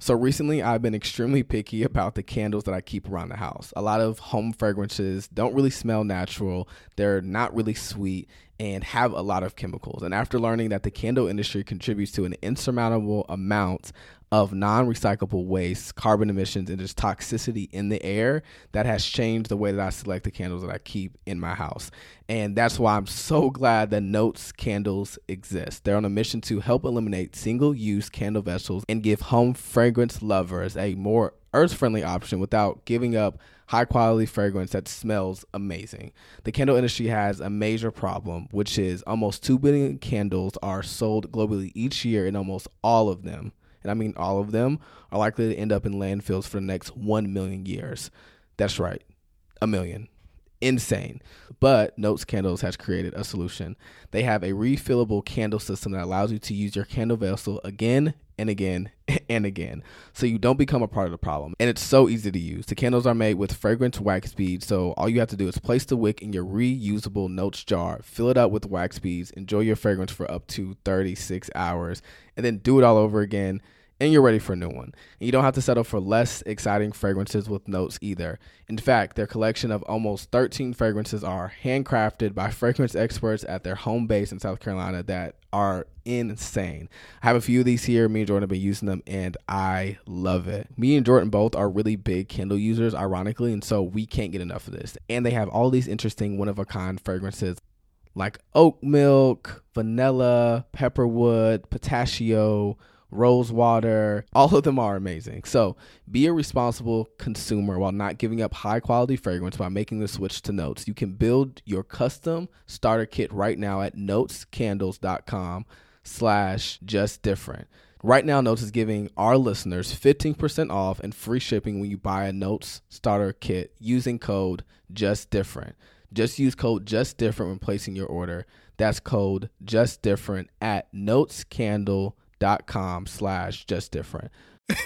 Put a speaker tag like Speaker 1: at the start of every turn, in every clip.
Speaker 1: So recently, I've been extremely picky about the candles that I keep around the house. A lot of home fragrances don't really smell natural, they're not really sweet, and have a lot of chemicals. And after learning that the candle industry contributes to an insurmountable amount of non recyclable waste, carbon emissions, and just toxicity in the air, that has changed the way that I select the candles that I keep in my house. And that's why I'm so glad that Notes Candles exist. They're on a mission to help eliminate single use candle vessels and give home fragrance lovers a more earth friendly option without giving up high quality fragrance that smells amazing. The candle industry has a major problem, which is almost 2 billion candles are sold globally each year, and almost all of them, and I mean all of them, are likely to end up in landfills for the next 1 million years. That's right, a million insane. But Notes Candles has created a solution. They have a refillable candle system that allows you to use your candle vessel again and again and again so you don't become a part of the problem. And it's so easy to use. The candles are made with fragrance wax beads, so all you have to do is place the wick in your reusable Notes jar, fill it up with wax beads, enjoy your fragrance for up to 36 hours, and then do it all over again and you're ready for a new one. And you don't have to settle for less exciting fragrances with notes either. In fact, their collection of almost 13 fragrances are handcrafted by fragrance experts at their home base in South Carolina that are insane. I have a few of these here. Me and Jordan have been using them and I love it. Me and Jordan both are really big Kindle users, ironically, and so we can't get enough of this. And they have all these interesting one of a kind fragrances like oat milk, vanilla, pepperwood, pistachio rose water. All of them are amazing. So be a responsible consumer while not giving up high quality fragrance by making the switch to Notes. You can build your custom starter kit right now at notescandles.com slash just different. Right now, Notes is giving our listeners 15% off and free shipping when you buy a Notes starter kit using code just different. Just use code just different when placing your order. That's code just different at notescandle.com dot com slash just different.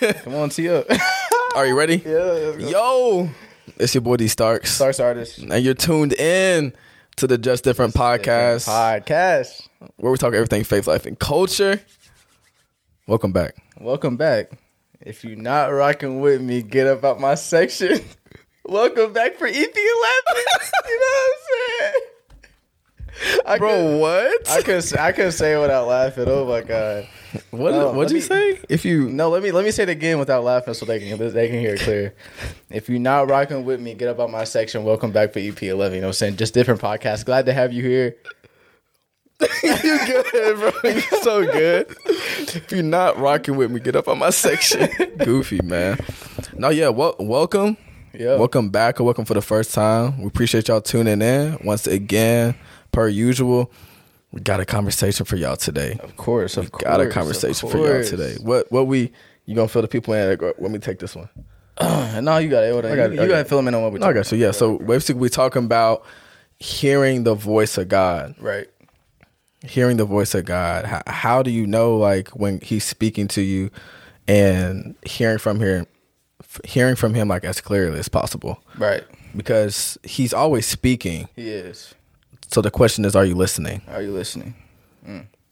Speaker 2: Come on, tee up.
Speaker 1: Are you ready?
Speaker 2: yeah.
Speaker 1: Yo, it's your boy D Starks,
Speaker 2: Starts artist.
Speaker 1: and you're tuned in to the Just Different podcast,
Speaker 2: Podcast.
Speaker 1: where we talk everything faith, life, and culture. Welcome back.
Speaker 2: Welcome back. If you're not rocking with me, get up out my section. Welcome back for E EP11. you know what I'm saying? I could-
Speaker 1: what?
Speaker 2: I could I couldn't say it without laughing. Oh my god!
Speaker 1: what
Speaker 2: no,
Speaker 1: what'd
Speaker 2: let
Speaker 1: you
Speaker 2: me-
Speaker 1: say? If you
Speaker 2: No, let me let me say it again without laughing so they can they can hear it clear. If you're not rocking with me, get up out my section. Welcome back for EP11. You know what I'm saying? Just different podcast. Glad to have you here.
Speaker 1: you good, bro, you're so good. If you're not rocking with me, get up on my section. Goofy man. No, yeah. Well, welcome.
Speaker 2: Yeah.
Speaker 1: Welcome back or welcome for the first time. We appreciate y'all tuning in once again, per usual. We got a conversation for y'all today.
Speaker 2: Of course, of course.
Speaker 1: Got a
Speaker 2: of
Speaker 1: conversation for y'all
Speaker 2: course.
Speaker 1: today. What what we you gonna fill the people in? Like, let me take this one.
Speaker 2: no, you got it. Hold on.
Speaker 1: I got
Speaker 2: you
Speaker 1: it,
Speaker 2: you
Speaker 1: I got
Speaker 2: gotta
Speaker 1: it.
Speaker 2: fill them in on what we
Speaker 1: No, I
Speaker 2: talking.
Speaker 1: got you. Yeah. So basically, we talking about hearing the voice of God.
Speaker 2: Right.
Speaker 1: Hearing the voice of God. How, how do you know like when He's speaking to you, and hearing from here, hearing from Him like as clearly as possible,
Speaker 2: Right.
Speaker 1: because He's always speaking.
Speaker 2: He is.
Speaker 1: So the question is, are you listening?
Speaker 2: Are you listening?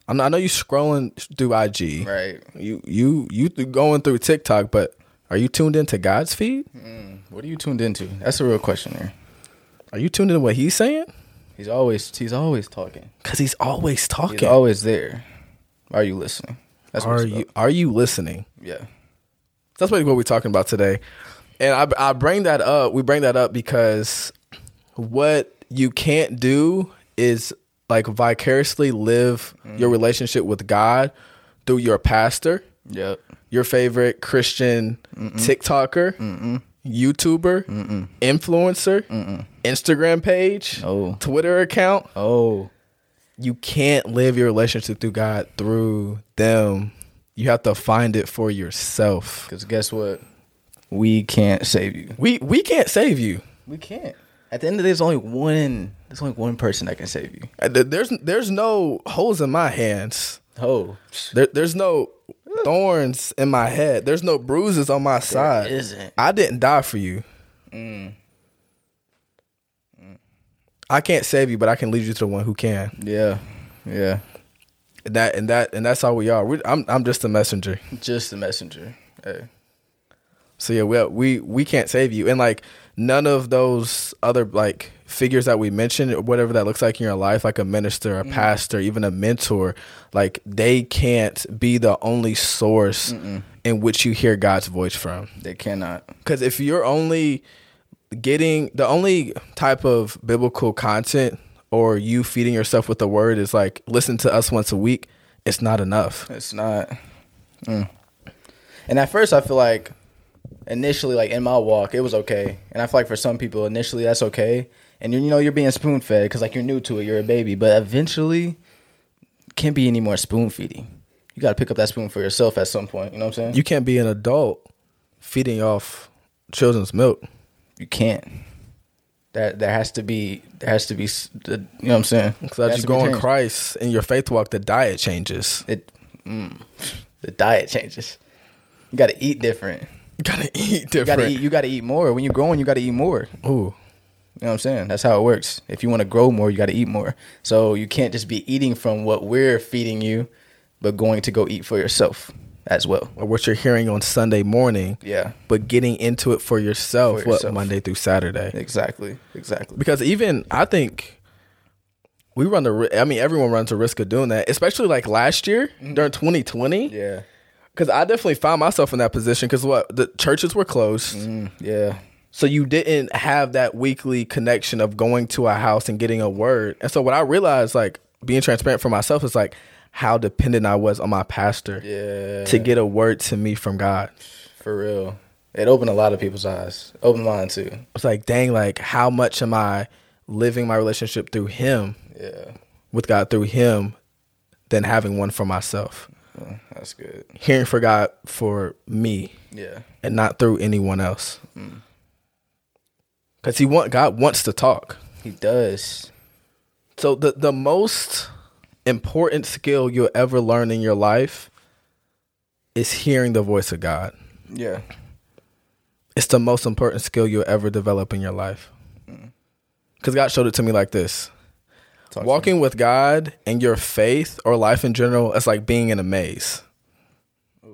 Speaker 1: I know, I know you scrolling through IG.
Speaker 2: Right.
Speaker 1: You you you th- going through TikTok, but are you tuned into God's feed?
Speaker 2: Mm. What are you tuned into? That's a real question there.
Speaker 1: Are you tuned into what He's saying?
Speaker 2: He's always he's always talking.
Speaker 1: Because He's always
Speaker 2: He's
Speaker 1: talking.
Speaker 2: always there. Are you listening? That's what
Speaker 1: are
Speaker 2: it's
Speaker 1: you are you listening?
Speaker 2: about. Yeah.
Speaker 1: That's basically what we're talking about today. And I I bring that up. We bring that up because what you can't do is like vicariously live your relationship with God through your pastor.
Speaker 2: Yep.
Speaker 1: your favorite Christian TikToker, YouTuber, influencer, Instagram page,
Speaker 2: Oh.
Speaker 1: Twitter account.
Speaker 2: Oh.
Speaker 1: You can't live your relationship through God through them. You have to find it for yourself.
Speaker 2: Because guess what? We can't save you.
Speaker 1: We we can't save you.
Speaker 2: We can't. At the end of the day, there's only one. There's only one person that can save you.
Speaker 1: Uh, there- There's there's no holes in my hands.
Speaker 2: Oh,
Speaker 1: There, there's no thorns in my head. There's no bruises on my side.
Speaker 2: isn't.
Speaker 1: I didn't die for you. I can't save you, but I can lead you to the one who can.
Speaker 2: Yeah, yeah.
Speaker 1: And that and that and that's how we are. We, I'm I'm just a messenger.
Speaker 2: Just the messenger. Hey.
Speaker 1: So yeah, we uh, we we can't save you, and like none of those other like figures that we mentioned, or whatever that looks like in your life, like a minister, a pastor, even a mentor, like they can't be the only source in which you hear God's voice from.
Speaker 2: They cannot.
Speaker 1: Because if you're only getting the only type of biblical content or you feeding yourself with the word is like listen to us once a week, it's not enough.
Speaker 2: It's not. Mm. And at first, I feel like initially, like in my walk, it was okay. And I feel like for some people, initially, that's okay. And you you know, you're being spoon fed because like you're new to it, you're a baby. But eventually, can't be any more spoon feeding. You got to pick up that spoon for yourself at some point. You know what I'm saying? You,
Speaker 1: You can't be an adult feeding off children's milk.
Speaker 2: you can't. That there has to be there has to be s- the- you know what I'm saying?
Speaker 1: So
Speaker 2: There
Speaker 1: as
Speaker 2: has
Speaker 1: you
Speaker 2: to be
Speaker 1: grow in
Speaker 2: change.
Speaker 1: Christ in your faith walk, the diet changes.
Speaker 2: It, mm, the diet changes. You got to eat different.
Speaker 1: You gotta eat
Speaker 2: You got
Speaker 1: different.
Speaker 2: to eat. You got to eat more. When you're growing, you got to eat more.
Speaker 1: Ooh,
Speaker 2: You know what I'm saying? That's how it works. If you want to grow more, you got to eat more. So you can't just be eating from what we're feeding you, but going to go eat for yourself as well.
Speaker 1: or what you're hearing on Sunday morning,
Speaker 2: Yeah,
Speaker 1: but getting into it for yourself,
Speaker 2: For
Speaker 1: what
Speaker 2: yourself.
Speaker 1: Monday through Saturday.
Speaker 2: exactly, exactly.
Speaker 1: because even I think we run the. ri- I mean, everyone runs the risk of doing that, especially like last year during 2020.
Speaker 2: Mm-hmm. Yeah,
Speaker 1: Because I definitely found myself in that position. Because what the churches were closed,
Speaker 2: mm, yeah,
Speaker 1: so you didn't have that weekly connection of going to a house and getting a word. And so what I realized, like being transparent for myself, is like how dependent I was on my pastor
Speaker 2: yeah.
Speaker 1: to get a word to me from God.
Speaker 2: for real, it opened a lot of people's eyes. Opened mine too.
Speaker 1: It's like, dang, like how much am I living my relationship through Him
Speaker 2: Yeah,
Speaker 1: with God through Him than having one for myself.
Speaker 2: Mm, that's good.
Speaker 1: hearing for God for me
Speaker 2: Yeah,
Speaker 1: and not through anyone else. Cause he want God wants to talk.
Speaker 2: he does.
Speaker 1: So the the most important skill you'll ever learn in your life is hearing the voice of God.
Speaker 2: Yeah,
Speaker 1: It's the most important skill you'll ever develop in your life. Cause God showed it to me like this.
Speaker 2: Talk to
Speaker 1: Walking with God and your faith or life in general is like being in a maze.
Speaker 2: me.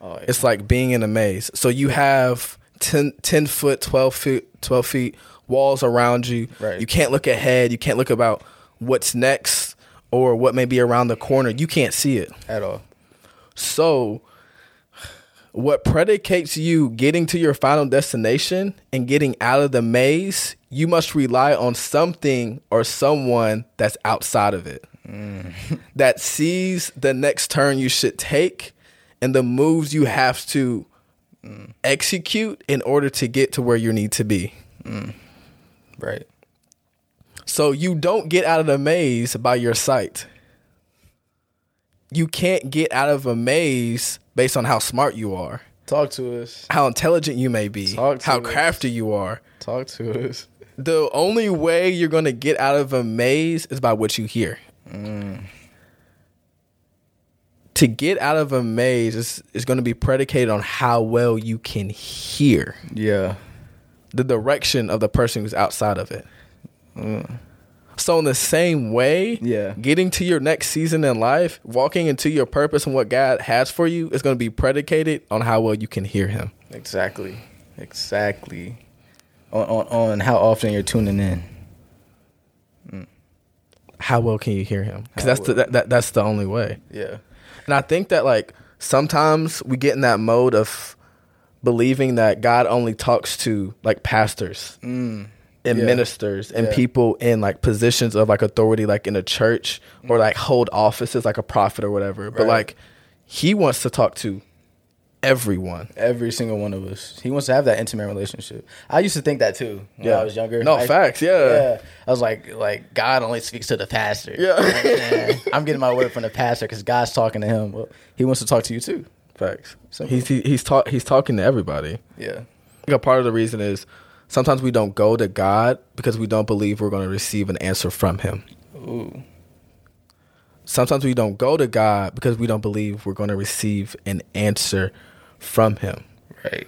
Speaker 2: Oh, yeah.
Speaker 1: it's like being in a maze. So you have 10, 10 foot, 12 feet, 12 feet walls around you.
Speaker 2: Right.
Speaker 1: You can't look ahead. You can't look about what's next or what may be around the corner. You can't see it.
Speaker 2: at all.
Speaker 1: So what predicates you getting to your final destination and getting out of the maze, you must rely on something or someone that's outside of it. that sees the next turn you should take and the moves you have to execute in order to get to where you need to be.
Speaker 2: Right.
Speaker 1: So you don't get out of the maze by your sight. You can't get out of a maze based on how smart you are,
Speaker 2: Talk to us.
Speaker 1: how intelligent you may be,
Speaker 2: Talk to
Speaker 1: how
Speaker 2: us.
Speaker 1: crafty you are.
Speaker 2: Talk to us.
Speaker 1: The only way you're going to get out of a maze is by what you hear.
Speaker 2: Mm.
Speaker 1: To get out of a maze is, is going to be predicated on how well you can hear
Speaker 2: Yeah.
Speaker 1: the direction of the person who's outside of it. So in the same way,
Speaker 2: Mm. Yeah.
Speaker 1: getting to your next season in life, walking into your purpose and what God has for you is going to be predicated on how well you can hear him.
Speaker 2: Exactly. Exactly. On on, on how often you're tuning in.
Speaker 1: How well can you hear him? Cuz
Speaker 2: How
Speaker 1: that's the,
Speaker 2: well.
Speaker 1: that, that that's the only way.
Speaker 2: Yeah.
Speaker 1: And I think that like sometimes we get in that mode of believing that God only talks to like pastors and
Speaker 2: Mm, Yeah.
Speaker 1: ministers and
Speaker 2: Yeah.
Speaker 1: people in like positions of like authority, like in a church or like hold offices, like a prophet or whatever. But
Speaker 2: Right.
Speaker 1: like He wants to talk to everyone.
Speaker 2: Every single one of us. He wants to have that intimate relationship. I used to think that too when
Speaker 1: Yeah.
Speaker 2: I was younger.
Speaker 1: No,
Speaker 2: I-
Speaker 1: facts, yeah.
Speaker 2: Yeah. I was like, like God only speaks to the pastor.
Speaker 1: Yeah.
Speaker 2: You know what I'm saying? I'm getting my word from the pastor because God's talking to him. Well, he wants to talk to you too.
Speaker 1: Facts.
Speaker 2: Simple.
Speaker 1: He's he, he's talk he's talking to everybody.
Speaker 2: Yeah.
Speaker 1: I think a part of the reason is sometimes we don't go to God because we don't believe we're going to receive an answer from Him.
Speaker 2: Ooh.
Speaker 1: sometimes we don't go to God because we don't believe we're going to receive an answer from him.
Speaker 2: Right.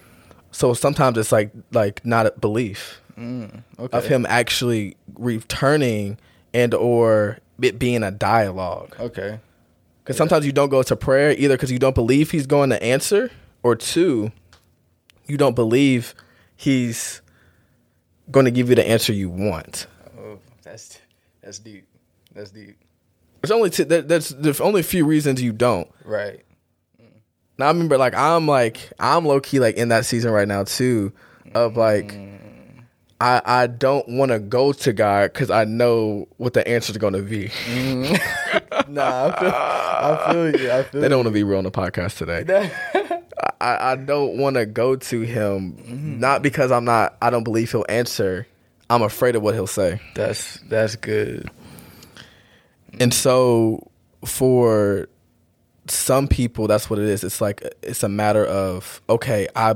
Speaker 1: So sometimes it's like like not a belief
Speaker 2: Mm, Okay.
Speaker 1: of him actually returning and or it being a dialogue.
Speaker 2: Okay.
Speaker 1: Cuz sometimes you don't go to prayer either cuz you don't believe he's going to answer or two, you don't believe he's going to give you the answer you want.
Speaker 2: Oh, that's that's deep. That's deep.
Speaker 1: There's only t- there, there's, there's only a few reasons you don't.
Speaker 2: Right.
Speaker 1: Now I remember like I'm like I'm low key like in that season right now too of like I I don't want to go to God because I know what the answer's going to be.
Speaker 2: Nah, I feel, I feel you. I feel
Speaker 1: they don't want to be real on the podcast today. I, I don't want to go to him not because I'm not I don't believe he'll answer. I'm afraid of what he'll say.
Speaker 2: That's that's good.
Speaker 1: And so for some people that's what it is. It's like it's a matter of okay, I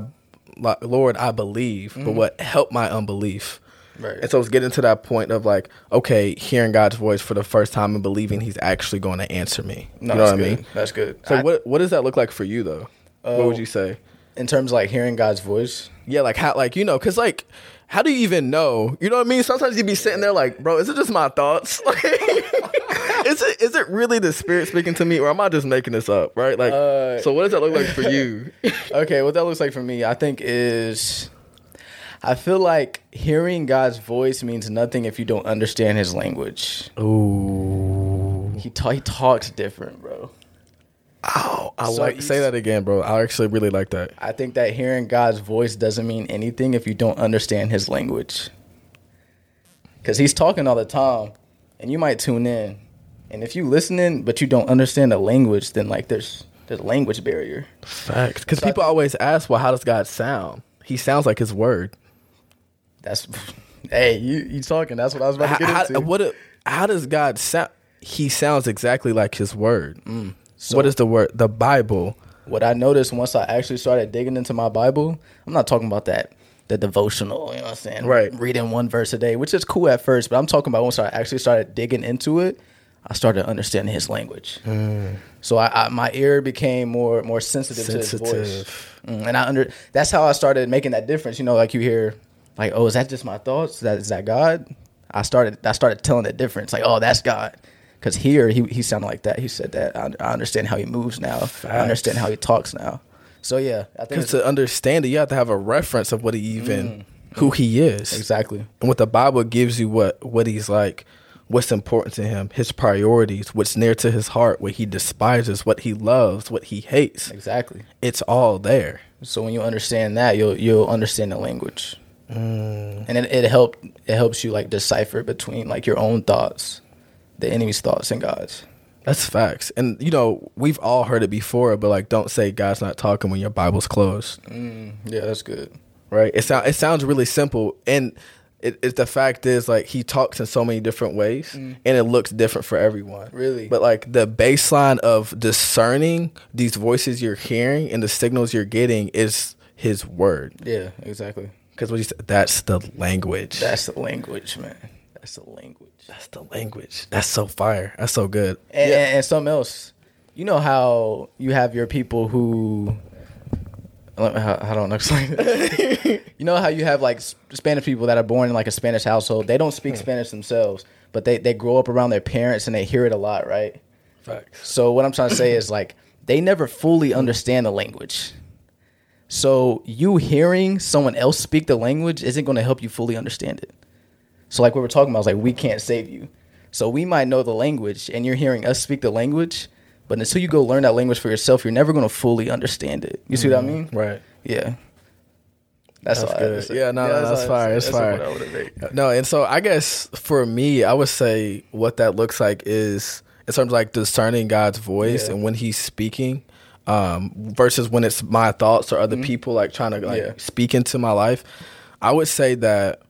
Speaker 1: like, Lord, I believe, but
Speaker 2: Mm-hmm.
Speaker 1: what help my unbelief?
Speaker 2: Right.
Speaker 1: And so it's getting to that point of like, okay, hearing God's voice for the first time and believing He's actually going to answer me.
Speaker 2: No,
Speaker 1: you know what
Speaker 2: that's
Speaker 1: I
Speaker 2: good.
Speaker 1: mean?
Speaker 2: That's good.
Speaker 1: So
Speaker 2: I- Oh.
Speaker 1: what what does that look like for you though? what would you say?
Speaker 2: in terms of like hearing God's voice?
Speaker 1: Yeah, like how, like you know, cause like, how do you even know? You know what I mean? Sometimes you be sitting there like, bro, is it just my thoughts? Like, is it is it really the spirit speaking to me, or am I just making this up? Right? Like,
Speaker 2: Uh,
Speaker 1: so what does that look like for you?
Speaker 2: Okay, what that looks like for me, I think is I feel like hearing God's voice means nothing if you don't understand his language.
Speaker 1: Ooh,
Speaker 2: He, ta- he talks different, bro.
Speaker 1: ow! I
Speaker 2: So
Speaker 1: like
Speaker 2: you-
Speaker 1: say that again, bro. I actually really like that.
Speaker 2: I think that hearing God's voice doesn't mean anything if you don't understand his language. Cuz he's talking all the time and you might tune in. And if you listening but you don't understand the language, then like there's there's a language barrier.
Speaker 1: Facts, because people always ask, well, how does God sound? He sounds like His Word.
Speaker 2: That's Hey, you you talking. That's what I was about to
Speaker 1: How,
Speaker 2: get
Speaker 1: how-
Speaker 2: into.
Speaker 1: what? A, how does God sound? He sounds exactly like His Word. Mm. what is the word? The Bible.
Speaker 2: what I noticed once I actually started digging into my Bible, I'm not talking about that the devotional, you know what I'm saying?
Speaker 1: Right.
Speaker 2: Reading one verse a day, which is cool at first, but I'm talking about once I actually started digging into it, I started understanding his language.
Speaker 1: Mm.
Speaker 2: So I, I my ear became more more sensitive, to his voice.
Speaker 1: Sensitive.
Speaker 2: Mm, and I under that's how I started making that difference. You know, like you hear like, oh, is that just my thoughts? Is that is that God? I started I started telling the difference. Like, oh, that's God. Because here he he sounded like that. He said that. I, I understand how he moves now. I understand how he talks now. So yeah, I think
Speaker 1: Because
Speaker 2: it's,
Speaker 1: to understand it, you have to have a reference of what he even, who he is,
Speaker 2: exactly.
Speaker 1: and what the Bible gives you, what what he's like, what's important to him, his priorities, what's near to his heart, what he despises, what he loves, what he hates.
Speaker 2: Exactly.
Speaker 1: It's all there.
Speaker 2: So when you understand that, you'll you'll understand the language, and it, it helped it helps you like decipher between like your own thoughts, the enemy's thoughts, and God's.
Speaker 1: That's facts. And you know, we've all heard it before, but like, don't say God's not talking when your Bible's closed.
Speaker 2: Mm, Yeah, that's good.
Speaker 1: right? It sound it sounds really simple, and it, it the fact is like he talks in so many different ways, and it looks different for everyone.
Speaker 2: Mm. Really?
Speaker 1: but like the baseline of discerning these voices you're hearing and the signals you're getting is his word,
Speaker 2: Yeah, exactly.
Speaker 1: because what he said that's the language.
Speaker 2: That's the language, man. That's the language.
Speaker 1: That's the language. That's so fire. That's so good.
Speaker 2: And, and, and something else, you know how you have your people who. Let me- How, how don't I explain it? you know how you have like S- Spanish people that are born in like a Spanish household. They don't speak Spanish themselves, but they, they grow up around their parents and they hear it a lot, right?
Speaker 1: Facts.
Speaker 2: So what I'm trying to say is like they never fully understand the language. So you hearing someone else speak the language isn't going to help you fully understand it. So like we were talking about, I was like, we can't save you. So we might know the language, and you're hearing us speak the language, but until you go learn that language for yourself, you're never going to fully understand it. You see what I mean?
Speaker 1: Right.
Speaker 2: Yeah. That's, all I had to
Speaker 1: Mm-hmm. good.
Speaker 2: say.
Speaker 1: Yeah, no, no, that's
Speaker 2: all I had
Speaker 1: fire,
Speaker 2: to
Speaker 1: that's
Speaker 2: say.
Speaker 1: fire.
Speaker 2: what I would've made.
Speaker 1: No, and so I guess for me, I would say what that looks like is in terms of like discerning God's voice
Speaker 2: Yeah.
Speaker 1: and when He's speaking, um, versus when it's my thoughts or other people like trying to like
Speaker 2: Mm-hmm. Yeah.
Speaker 1: speak into my life. I would say that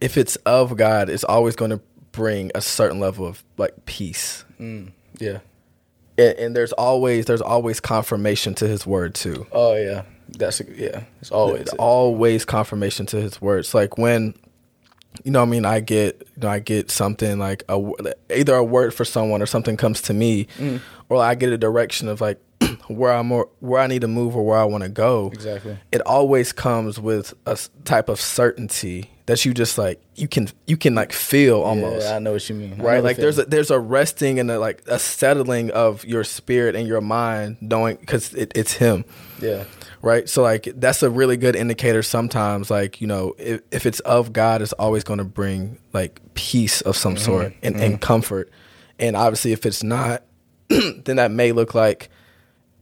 Speaker 1: if it's of God, it's always going to bring a certain level of like peace,
Speaker 2: Yeah.
Speaker 1: and, and there's always there's always confirmation to His word too.
Speaker 2: Oh yeah. That's a, yeah. It's always
Speaker 1: It's Oh, always confirmation to his words. Like when, you know, what I mean, I get, you know, I get something like
Speaker 2: Mm.
Speaker 1: a w- either a word for someone or something comes to me, or I get a direction of like where I'm or where I need to move or where I want to go,
Speaker 2: Exactly.
Speaker 1: it always comes with a s- type of certainty that you just like you can you can like feel almost
Speaker 2: Yeah, I know what you mean. I know
Speaker 1: right
Speaker 2: the
Speaker 1: like there's
Speaker 2: feeling.
Speaker 1: a there's a resting and a like a settling of your spirit and your mind knowing because it, it's him
Speaker 2: yeah.
Speaker 1: right so like that's a really good indicator sometimes like you know if, if it's of god it's always going to bring like peace of
Speaker 2: Mm-hmm.
Speaker 1: some sort and, and comfort and obviously if it's not then that may look like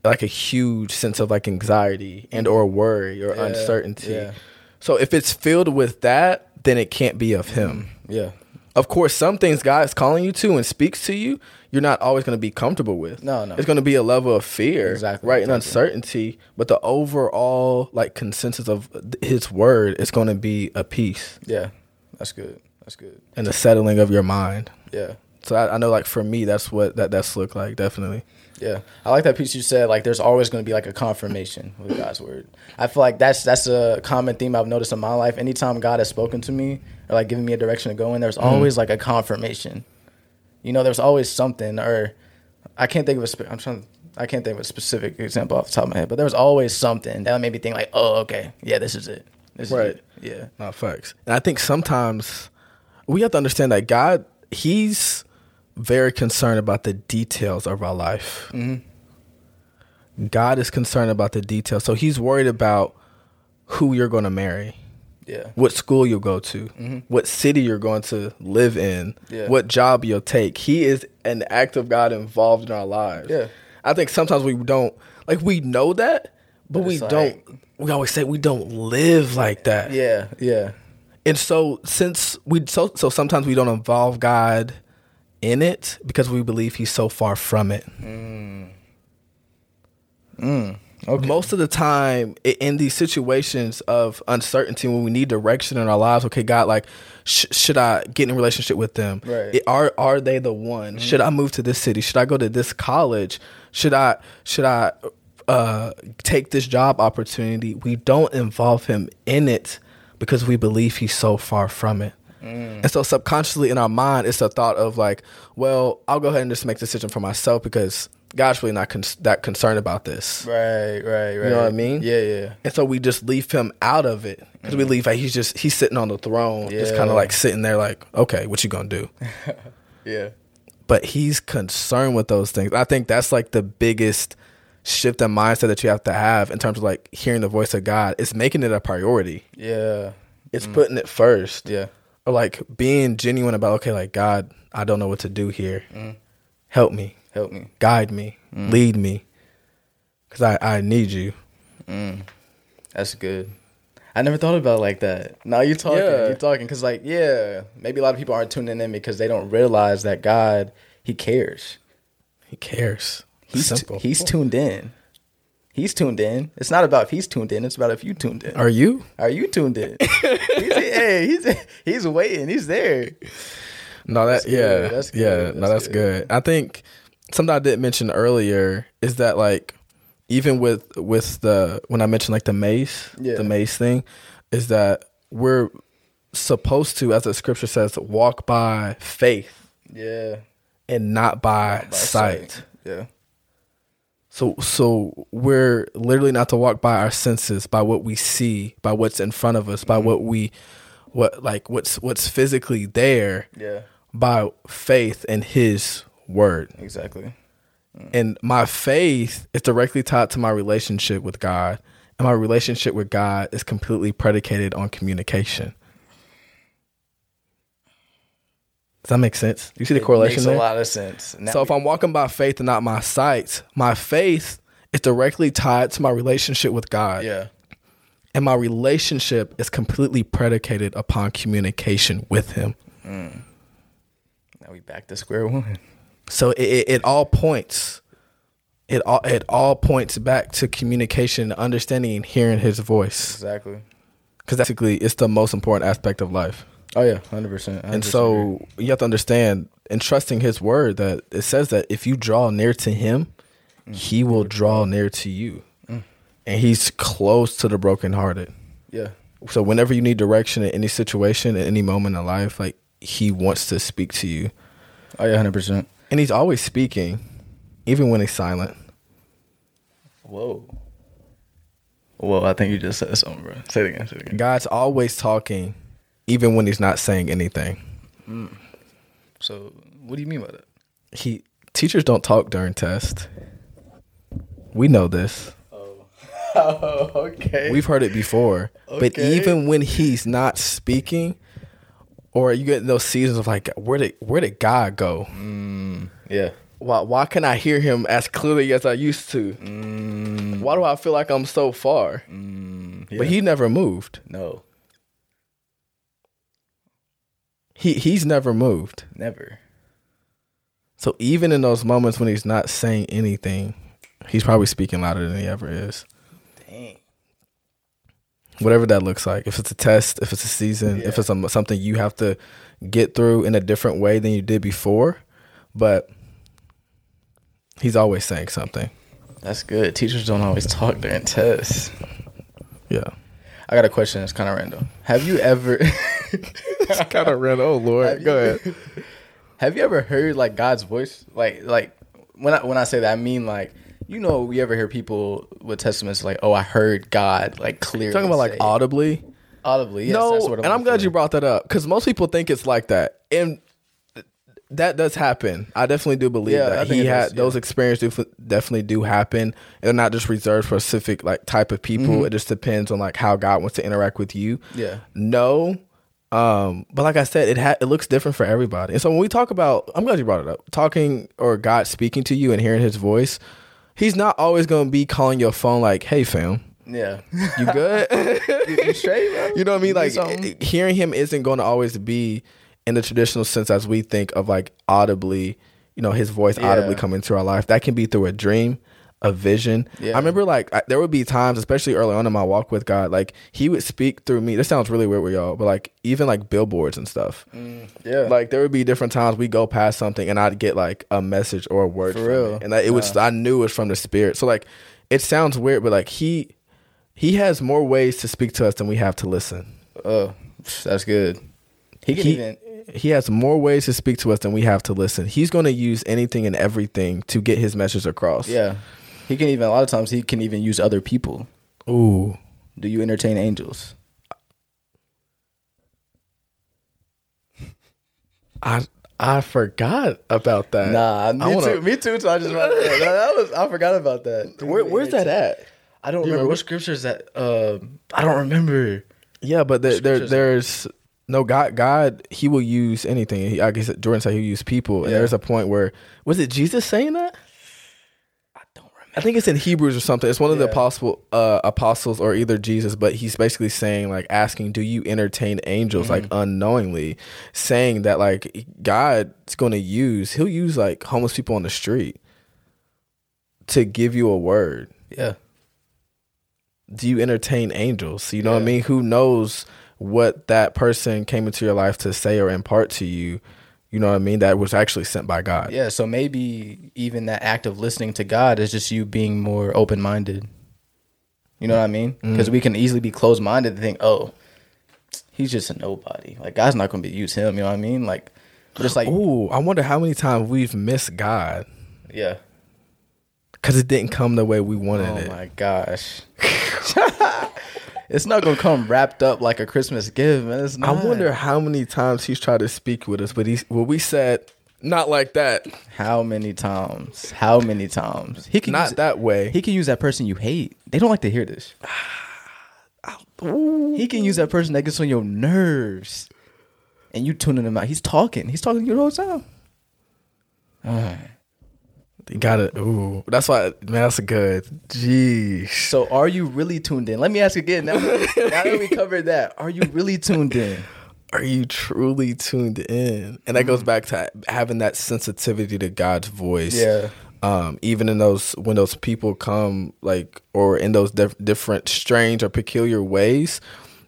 Speaker 1: like a huge sense of like anxiety and or worry or uncertainty
Speaker 2: yeah.
Speaker 1: so if it's filled with that then it can't be of him
Speaker 2: Yeah.
Speaker 1: of course, some things God is calling you to and speaks to you, you're not always going to be comfortable with.
Speaker 2: No, no.
Speaker 1: It's going to be a level of fear,
Speaker 2: Exactly,
Speaker 1: right, and uncertainty. But the overall like consensus of His Word is going to be a peace
Speaker 2: Yeah. That's good. That's good.
Speaker 1: and a settling of your mind.
Speaker 2: Yeah.
Speaker 1: So I, I know, like for me, that's what that that's looked like. Definitely,
Speaker 2: Yeah, I like that piece you said. Like, there's always going to be like a confirmation with God's word. I feel like that's that's a common theme I've noticed in my life. Anytime God has spoken to me or like given me a direction to go in, there's always like a confirmation. You know, there's always something, or I can't think of a. Spe- I'm trying. I can't think of a specific example off the top of my head, but there was always something that made me think like, oh, okay, yeah, this is it. This
Speaker 1: Right.
Speaker 2: Is it. Yeah.
Speaker 1: not facts. And I think sometimes we have to understand that God, He's very concerned about the details of our life.
Speaker 2: Mm-hmm.
Speaker 1: God is concerned about the details. So he's worried about who you're going to marry,
Speaker 2: Yeah.
Speaker 1: what school you'll go to, what city you're going to live in,
Speaker 2: Mm-hmm. Yeah.
Speaker 1: what job you'll take. He is an active God involved in our lives.
Speaker 2: Yeah.
Speaker 1: I think sometimes we don't like we know that, but,
Speaker 2: But
Speaker 1: we
Speaker 2: it's like-
Speaker 1: don't we always say we don't live like that.
Speaker 2: Yeah. Yeah.
Speaker 1: And so since we so so sometimes we don't involve God in it because we believe he's so far from it.
Speaker 2: Mm. Okay.
Speaker 1: most of the time i- in these situations of uncertainty when we need direction in our lives okay god like sh- should i get in a relationship with them
Speaker 2: Right.
Speaker 1: I- are are they the one
Speaker 2: Mm-hmm.
Speaker 1: should i move to this city should i go to this college should i should i uh take this job opportunity we don't involve him in it because we believe he's so far from it
Speaker 2: Mm.
Speaker 1: and so subconsciously in our mind, it's a thought of like, well, I'll go ahead and just make a decision for myself because God's really not con- that concerned about this.
Speaker 2: Right. Right. Right. You
Speaker 1: know what I mean?
Speaker 2: Yeah. Yeah.
Speaker 1: And so we just leave him out of it because we leave like he's just he's sitting on the throne, just
Speaker 2: Mm. Yeah.
Speaker 1: kind of like sitting there, like, okay, what you gonna do?
Speaker 2: Yeah.
Speaker 1: But he's concerned with those things. I think that's like the biggest shift in mindset that you have to have in terms of like hearing the voice of God. It's making it a priority.
Speaker 2: Yeah.
Speaker 1: It's
Speaker 2: Mm.
Speaker 1: putting it first.
Speaker 2: Yeah.
Speaker 1: Or like being genuine about okay, like God, I don't know what to do here.
Speaker 2: Mm.
Speaker 1: Help me,
Speaker 2: Help me.
Speaker 1: guide me,
Speaker 2: Mm.
Speaker 1: lead me, because I I need you.
Speaker 2: Mm. That's good. I never thought about it like that. Now you're talking.
Speaker 1: Yeah.
Speaker 2: You're talking because, like, yeah, maybe a lot of people aren't tuning in because they don't realize that God, He cares.
Speaker 1: He cares.
Speaker 2: He's
Speaker 1: Simple.
Speaker 2: he's tuned in. He's tuned in. It's not about if he's tuned in. It's about if you tuned in. Are,
Speaker 1: Are you?
Speaker 2: you tuned in? he's, hey, he's he's waiting. He's there.
Speaker 1: No, that yeah,
Speaker 2: good, that's
Speaker 1: yeah,
Speaker 2: good,
Speaker 1: no,
Speaker 2: that's
Speaker 1: that's good.
Speaker 2: good.
Speaker 1: I think something I didn't mention earlier is that like even with with the when I mentioned like the mace,
Speaker 2: Yeah.
Speaker 1: the mace thing, is that we're supposed to, as the scripture says, walk by faith
Speaker 2: Yeah.
Speaker 1: and not by,
Speaker 2: By
Speaker 1: sight.
Speaker 2: Yeah.
Speaker 1: So so we're literally not to walk by our senses, by what we see, by what's in front of us,
Speaker 2: Mm-hmm.
Speaker 1: by what we what like what's what's physically there.
Speaker 2: Yeah.
Speaker 1: by faith in his word.
Speaker 2: Exactly.
Speaker 1: And my faith is directly tied to my relationship with God. And my relationship with God is completely predicated on communication. Does that make sense? You see the correlation
Speaker 2: Makes
Speaker 1: there?
Speaker 2: a lot of sense. Now
Speaker 1: So if I'm walking by faith and not my sight, my faith is directly tied to my relationship with God.
Speaker 2: yeah.
Speaker 1: And my relationship is completely predicated upon communication with Him.
Speaker 2: Now we back to square one.
Speaker 1: So it, it, it all points. It all it all points back to communication, understanding, and hearing His voice.
Speaker 2: Exactly.
Speaker 1: Because basically, it's the most important aspect of life.
Speaker 2: Oh yeah, hundred percent.
Speaker 1: And so you have to understand and trusting His word that it says that if you draw near to Him, He will draw near to you, and He's close to the brokenhearted.
Speaker 2: yeah.
Speaker 1: So whenever you need direction in any situation, at any moment in life, like He wants to speak to you,
Speaker 2: Oh yeah, hundred percent.
Speaker 1: and He's always speaking, even when He's silent.
Speaker 2: Whoa. Whoa, I think you just said something, bro. Say it again. Say it again.
Speaker 1: God's always talking, even when he's not saying anything.
Speaker 2: So, what do you mean by that?
Speaker 1: He teachers don't talk during test. We know this.
Speaker 2: Oh, okay.
Speaker 1: We've heard it before. But
Speaker 2: Okay.
Speaker 1: even when he's not speaking, or you get those seasons of like, where did where did God go?
Speaker 2: yeah.
Speaker 1: Why why can I hear him as clearly as I used to? Why do I feel like I'm so far?
Speaker 2: Mm. yeah.
Speaker 1: But he never moved.
Speaker 2: No,
Speaker 1: He he's never moved.
Speaker 2: never.
Speaker 1: So even in those moments when he's not saying anything, he's probably speaking louder than he ever is.
Speaker 2: Dang.
Speaker 1: Whatever that looks like. If it's a test, if it's a season, if it's a, something you have to get through in a different way than you did before, but he's always saying something.
Speaker 2: That's good. Teachers don't always talk during tests.
Speaker 1: Yeah.
Speaker 2: I got a question that's kind of random. Have you ever
Speaker 1: It's kind of red. Oh Lord, go ahead.
Speaker 2: have you ever heard like God's voice? Like like when I when I say that I mean like you know we ever hear people with testaments like oh I heard God like clearly
Speaker 1: Talking about like
Speaker 2: say-
Speaker 1: audibly.
Speaker 2: audibly. Yes,
Speaker 1: no,
Speaker 2: that's what I'm
Speaker 1: and I'm
Speaker 2: looking
Speaker 1: glad you
Speaker 2: for.
Speaker 1: brought that up because most people think it's like that, and th- that does happen. I definitely do believe
Speaker 2: Yeah, I
Speaker 1: that
Speaker 2: think
Speaker 1: he
Speaker 2: it
Speaker 1: had
Speaker 2: does, yeah.
Speaker 1: those experiences do, definitely do happen. They're not just reserved for a specific like type of people. It just depends on like how God wants to interact with you.
Speaker 2: Mm-hmm. Yeah.
Speaker 1: No. Um, but like I said, it ha- it looks different for everybody. And so when we talk about, I'm glad you brought it up, talking or God speaking to you and hearing His voice, He's not always going to be calling your phone like, "Hey, fam,
Speaker 2: yeah
Speaker 1: you good?"
Speaker 2: you straight bro?
Speaker 1: You know what I mean? Like
Speaker 2: something?
Speaker 1: it- hearing him isn't going to always be in the traditional sense as we think of like audibly, you know, his voice audibly
Speaker 2: Yeah.
Speaker 1: coming to our life. That can be through a dream, a vision.
Speaker 2: Yeah.
Speaker 1: I remember like I, there would be times, especially early on in my walk with God, like he would speak through me. This sounds really weird with y'all, but like even like billboards and stuff.
Speaker 2: Mm. yeah
Speaker 1: Like there would be different times we go past something and I'd get like a message or a word from
Speaker 2: real?
Speaker 1: it. and like, it was I knew it was from the spirit. So like it sounds weird, but like he he has more ways to speak to us than we have to listen.
Speaker 2: oh that's good. He can
Speaker 1: He,
Speaker 2: even
Speaker 1: he has more ways to speak to us than we have to listen. He's going to use anything and everything to get his message across.
Speaker 2: yeah he can even a lot of times he can even use other people.
Speaker 1: Ooh.
Speaker 2: Do you entertain angels?
Speaker 1: I I forgot about that.
Speaker 2: Nah, me
Speaker 1: I wanna-
Speaker 2: too. Me too. So I just remember that. that was I forgot about that.
Speaker 1: Where, where's that at?
Speaker 2: I don't remember what scripture is that.
Speaker 1: uh,
Speaker 2: Um, I don't remember.
Speaker 1: Yeah, but there, there there's no God. God, He will use anything. He, I guess Jordan said He'll use people, and
Speaker 2: Yeah.
Speaker 1: there's a point where was it Jesus saying that?
Speaker 2: I don't remember.
Speaker 1: I think it's in Hebrews or something. It's one of the
Speaker 2: Yeah.
Speaker 1: apostle uh, apostles or either Jesus, but he's basically saying like asking, "Do you entertain angels?" Like
Speaker 2: Mm-hmm.
Speaker 1: unknowingly saying that like God's going to use He'll use like homeless people on the street to give you a word.
Speaker 2: Yeah,
Speaker 1: do you entertain angels? You know what I mean? Who knows what that person came into your life to say or impart to you? You know what I mean? That was actually sent by God.
Speaker 2: yeah. So maybe even that act of listening to God is just you being more open minded. You know what I mean?
Speaker 1: Mm-hmm.
Speaker 2: Because we can easily be closed minded and think, oh, he's just a nobody. Like God's not going to use him. You know what I mean? Like, but it's like,
Speaker 1: Ooh, I wonder how many times we've missed God
Speaker 2: yeah.
Speaker 1: because it didn't come the way we wanted
Speaker 2: Oh
Speaker 1: it.
Speaker 2: my gosh. it's not gonna come wrapped up like a Christmas gift, man. It's
Speaker 1: I
Speaker 2: not.
Speaker 1: wonder how many times He's tried to speak with us, but He, well, we said not like that,
Speaker 2: How many times? How many times? He can
Speaker 1: not
Speaker 2: use,
Speaker 1: that way.
Speaker 2: He can use that person you hate. They don't like to hear this. He can use that person that gets on your nerves, and you tuning him out. He's talking. He's talking to you the whole time.
Speaker 1: Got it. Ooh, that's why, man. That's good. Jeez.
Speaker 2: So, are you really tuned in? Let me ask again. Now, now that we covered that, are you really tuned in?
Speaker 1: are you truly tuned in? And that
Speaker 2: Mm-hmm.
Speaker 1: goes back to having that sensitivity to God's voice.
Speaker 2: Yeah.
Speaker 1: Um, even in those when those people come like or in those diff- different strange or peculiar ways,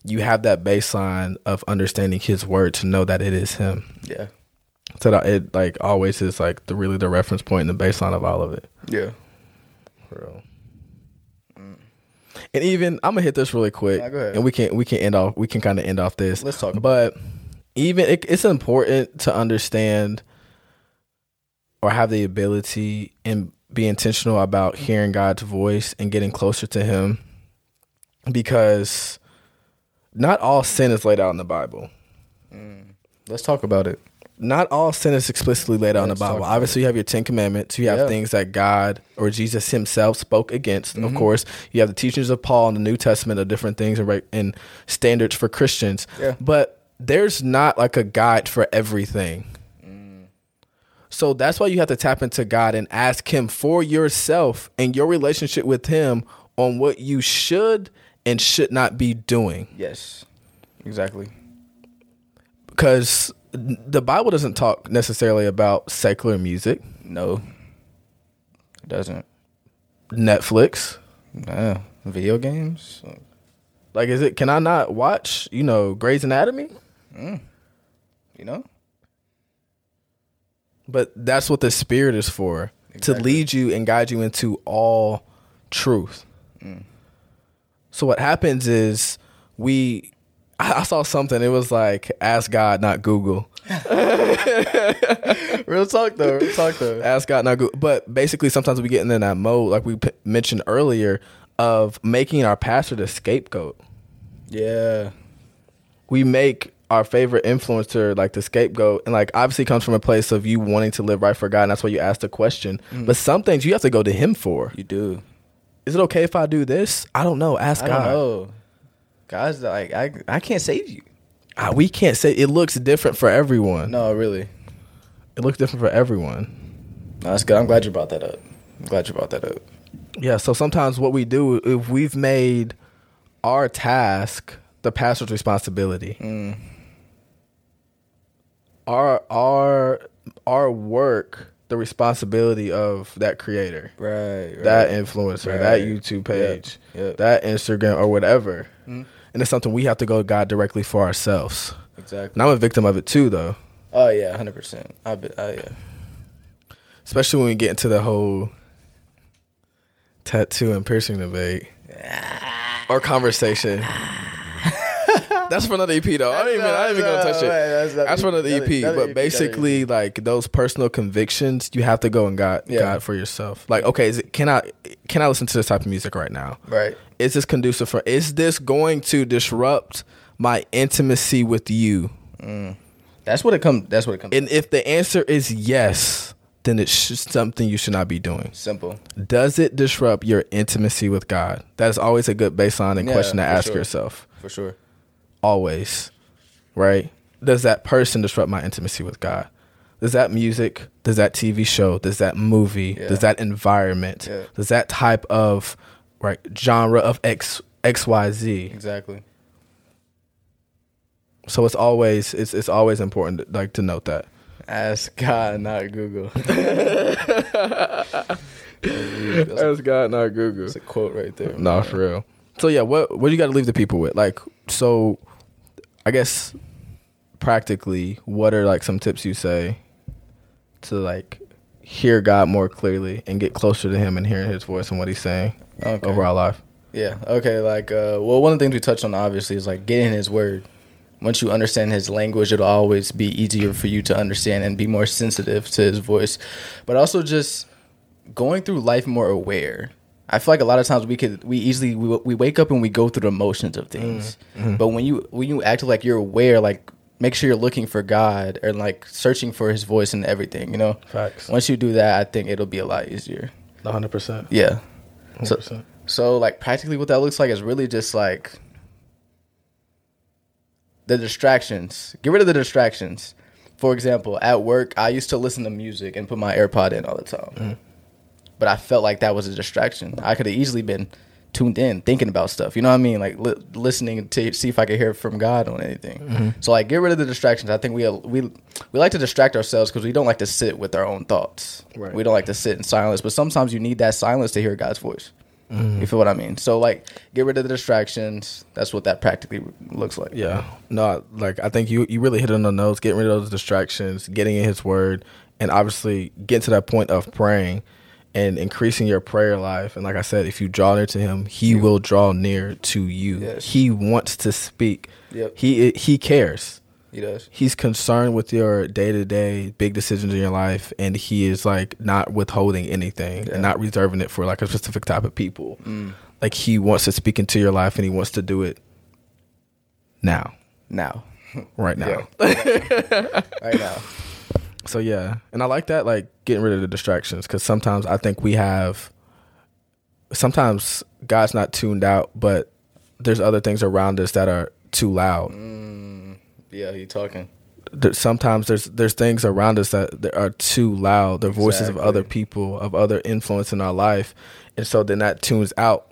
Speaker 1: you have that baseline of understanding His word to know that it is Him.
Speaker 2: Yeah.
Speaker 1: So that it like always is like the really the reference point and the baseline of all of it.
Speaker 2: Yeah.
Speaker 1: Bro. And even I'm gonna hit this really quick,
Speaker 2: Yeah, Mm. go ahead.
Speaker 1: and we can we can end off we can kind of end off this.
Speaker 2: Let's talk about
Speaker 1: But even it, it's important to understand or have the ability and be intentional about hearing God's voice and getting closer to Him because not all sin is laid out in the Bible.
Speaker 2: Let's talk about it.
Speaker 1: Not all sin is explicitly laid out in the
Speaker 2: Let's talk
Speaker 1: Bible.
Speaker 2: about
Speaker 1: Obviously, you have your Ten Commandments. You have
Speaker 2: Yeah.
Speaker 1: things that God or Jesus Himself spoke against.
Speaker 2: Mm-hmm.
Speaker 1: Of course, you have the teachings of Paul in the New Testament of different things and, reg- and standards for Christians.
Speaker 2: Yeah.
Speaker 1: But there's not like a guide for everything.
Speaker 2: Mm.
Speaker 1: So that's why you have to tap into God and ask Him for yourself and your relationship with Him on what you should and should not be doing.
Speaker 2: Yes, exactly.
Speaker 1: Because the Bible doesn't talk necessarily about secular music,
Speaker 2: No, it doesn't.
Speaker 1: Netflix.
Speaker 2: Nah. Video games.
Speaker 1: Like, is it, can I not watch, you know, Grey's Anatomy?
Speaker 2: You know.
Speaker 1: But that's what the Spirit is for to lead you and guide you into all truth. So what happens is we. I I saw something. It was like, ask God, not Google.
Speaker 2: Real talk though. Real talk though.
Speaker 1: Ask God, not Google. But basically, sometimes we get in that mode, like we p- mentioned earlier, of making our pastor the scapegoat.
Speaker 2: Yeah.
Speaker 1: we make our favorite influencer like the scapegoat and like obviously comes from a place of you wanting to live right for God and that's why you ask the question.
Speaker 2: Mm.
Speaker 1: But some things you have to go to him for.
Speaker 2: You do.
Speaker 1: Is it okay if I do this? I don't know. Ask
Speaker 2: I
Speaker 1: God.
Speaker 2: don't know. Guys, like I, I can't save you.
Speaker 1: Ah, we can't say it looks different for everyone.
Speaker 2: No, really.
Speaker 1: It looks different for everyone.
Speaker 2: No, that's good. I'm glad you brought that up. I'm glad you brought that up.
Speaker 1: Yeah, so sometimes what we do if we've made our task the pastor's responsibility.
Speaker 2: Mm.
Speaker 1: Our our our work the responsibility of that creator.
Speaker 2: Right. right.
Speaker 1: that influencer, that
Speaker 2: Right.
Speaker 1: YouTube page,
Speaker 2: Yep, Hmm. yep.
Speaker 1: that Instagram or whatever. And it's something we have to go to God directly for ourselves.
Speaker 2: exactly.
Speaker 1: And I'm a victim of it too, though.
Speaker 2: Oh yeah, hundred percent. I be, oh yeah.
Speaker 1: Especially when we get into the whole tattoo and piercing debate
Speaker 2: Ah.
Speaker 1: or conversation. That's for another EP though. I don't even. I ain't even gonna touch it.
Speaker 2: That's- that's-
Speaker 1: That's for another
Speaker 2: another- E
Speaker 1: EP.
Speaker 2: another
Speaker 1: E But
Speaker 2: EP,
Speaker 1: basically, like those personal convictions, you have to go and God,
Speaker 2: Yeah.
Speaker 1: God for yourself. Like, okay, is it, can I can I listen to this type of music right now?
Speaker 2: Right.
Speaker 1: is this conducive for is this going to disrupt my intimacy with you
Speaker 2: Mm. That's what it comes. That's what it comes.
Speaker 1: and if the answer is yes then it's sh- something you should not be doing
Speaker 2: Simple.
Speaker 1: does it disrupt your intimacy with god that is always a good baseline and
Speaker 2: Yeah,
Speaker 1: question to
Speaker 2: for
Speaker 1: ask
Speaker 2: sure.
Speaker 1: yourself
Speaker 2: For sure.
Speaker 1: always right does that person disrupt my intimacy with god does that music does that tv show does that movie
Speaker 2: Yeah.
Speaker 1: does that environment
Speaker 2: Yeah.
Speaker 1: does that type of right genre of x xyz
Speaker 2: Exactly.
Speaker 1: So it's always it's it's always important like to note that.
Speaker 2: Ask God, not Google. that's,
Speaker 1: That's God, not Google.
Speaker 2: that's a quote right there.
Speaker 1: Nah, for real. So yeah, what what do you got to leave the people with? Like, so I guess practically, what are like some tips you say to like hear God more clearly and get closer to Him and hearing His voice and what He's saying
Speaker 2: Okay.
Speaker 1: over our life?
Speaker 2: Yeah. Okay. Like, uh, well, one of the things we touched on obviously is like getting his word. Once you understand his language, it'll always be easier for you to understand and be more sensitive to his voice. But also just going through life more aware. I feel like a lot of times we could we easily we, we wake up and we go through the motions of things. But when you when you act like you're aware, like make sure you're looking for God and like searching for His voice and everything. You know,
Speaker 1: Facts.
Speaker 2: once you do that, I think it'll be a lot easier.
Speaker 1: One hundred percent.
Speaker 2: Yeah. So-
Speaker 1: 100%.
Speaker 2: so like practically what that looks like is really just like the distractions. Get rid of the distractions. For example, at work, I used to listen to music and put my AirPod in all the time. But I felt like that was a distraction. I could have easily been tuned in thinking about stuff. You know what I mean? Like li- listening to see if I could hear from God on anything. So like get rid of the distractions. I think we uh, we we like to distract ourselves cuz we don't like to sit with our own thoughts.
Speaker 1: Right.
Speaker 2: We don't like to sit in silence, but sometimes you need that silence to hear God's voice.
Speaker 1: Mm-hmm.
Speaker 2: You feel what I mean? So like, get rid of the distractions. That's what that practically looks like.
Speaker 1: Yeah. No, like I think you you really hit it on the nose, getting rid of those distractions, getting in his word, and obviously get to that point of praying and increasing your prayer life. And like I said, if you draw near to him, he will draw near to you.
Speaker 2: Yes.
Speaker 1: He wants to speak.
Speaker 2: Yep.
Speaker 1: He he cares.
Speaker 2: He does.
Speaker 1: he's concerned with your day to day big decisions in your life, and he is like not withholding anything
Speaker 2: Yeah. Mm.
Speaker 1: and not reserving it for like a specific type of people. Like he wants to speak into your life, and he wants to do it now,
Speaker 2: Now,
Speaker 1: right now.
Speaker 2: right now.
Speaker 1: So yeah, and I like that, like getting rid of the distractions, because sometimes I think we have, sometimes God's not tuned out, but there's other things around us that are too loud.
Speaker 2: Mm-hmm. Yeah, you talking.
Speaker 1: there, sometimes there's there's things around us that that are too loud. The voices of
Speaker 2: Exactly.
Speaker 1: other people, of other influence in our life, and so then that tunes out.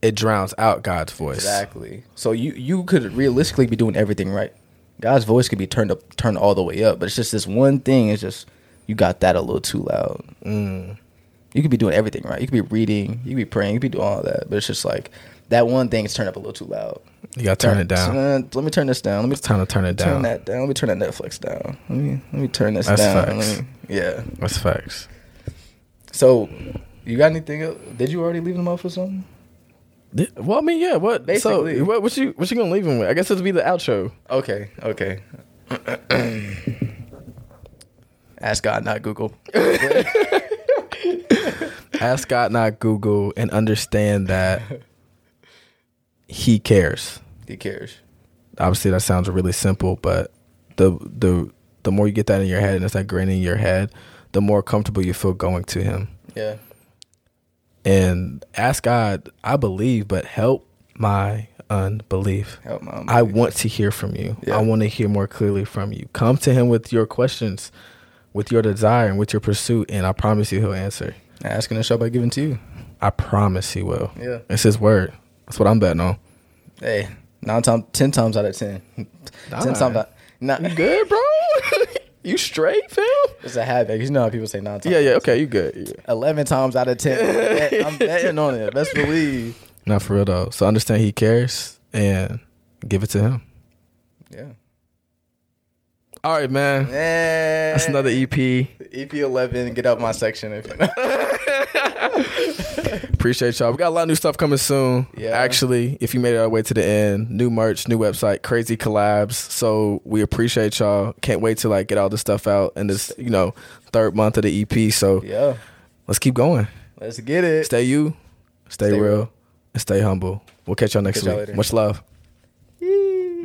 Speaker 1: It drowns out God's voice.
Speaker 2: Exactly. So you you could realistically be doing everything right. God's voice could be turned up, turned all the way up, but it's just this one thing. It's just you got that a little too loud.
Speaker 1: Mm.
Speaker 2: You could be doing everything right. You could be reading. You could be praying. You could be doing all that, but it's just like that one thing is turned up a little too loud.
Speaker 1: You gotta turn it down.
Speaker 2: Uh, let me turn this down. Let me
Speaker 1: It's time to turn it
Speaker 2: turn
Speaker 1: down.
Speaker 2: that down. Let me turn that Netflix down. Let me let me turn this
Speaker 1: That's
Speaker 2: down. Let
Speaker 1: facts.
Speaker 2: me- yeah.
Speaker 1: That's facts.
Speaker 2: So you got anything? Else? Did you already leave them off or something?
Speaker 1: Th- Well, I mean, yeah. What?
Speaker 2: Basically.
Speaker 1: So, what, what you what you gonna leave him with? I guess it'll be the outro.
Speaker 2: Okay. Okay. Ask God, not Google.
Speaker 1: Ask God, not Google, and understand that He cares.
Speaker 2: He cares.
Speaker 1: obviously that sounds really simple, but the the the more you get that in your head and it's like grain in your head, the more comfortable you feel going to him.
Speaker 2: Yeah.
Speaker 1: And ask God, I believe, but help my unbelief.
Speaker 2: Help my unbelief.
Speaker 1: I want to hear from you.
Speaker 2: Yeah.
Speaker 1: I want to hear more clearly from you. Come to him with your questions, with your desire and with your pursuit, and I promise you he'll answer.
Speaker 2: Asking and shall by giving to you.
Speaker 1: I promise he will.
Speaker 2: Yeah.
Speaker 1: It's his word. That's what I'm betting on.
Speaker 2: Hey, nine times, ten times out of ten. Ten times out. Not,
Speaker 1: You good, bro? you straight, fam?
Speaker 2: it's a habit. You know how people say nine times.
Speaker 1: Yeah, yeah, okay, you good. You good.
Speaker 2: Eleven times out of ten. I'm betting on it. Best believe.
Speaker 1: Not for real though. So understand he cares and give it to him.
Speaker 2: Yeah.
Speaker 1: All right, man. That's another E EP.
Speaker 2: EP E eleven. Get out my section. If you
Speaker 1: Appreciate y'all. We got a lot of new stuff coming soon.
Speaker 2: Yeah.
Speaker 1: Actually, if you made it all the way to the end, new merch, new website, crazy collabs. So we appreciate y'all. Can't wait to like get all this stuff out in this, you know, third month of the EP. So
Speaker 2: yeah.
Speaker 1: let's keep going.
Speaker 2: Let's get it.
Speaker 1: Stay you, stay,
Speaker 2: Stay
Speaker 1: real,
Speaker 2: real.
Speaker 1: and stay humble. We'll catch y'all next
Speaker 2: Catch
Speaker 1: week.
Speaker 2: y'all later.
Speaker 1: Much love.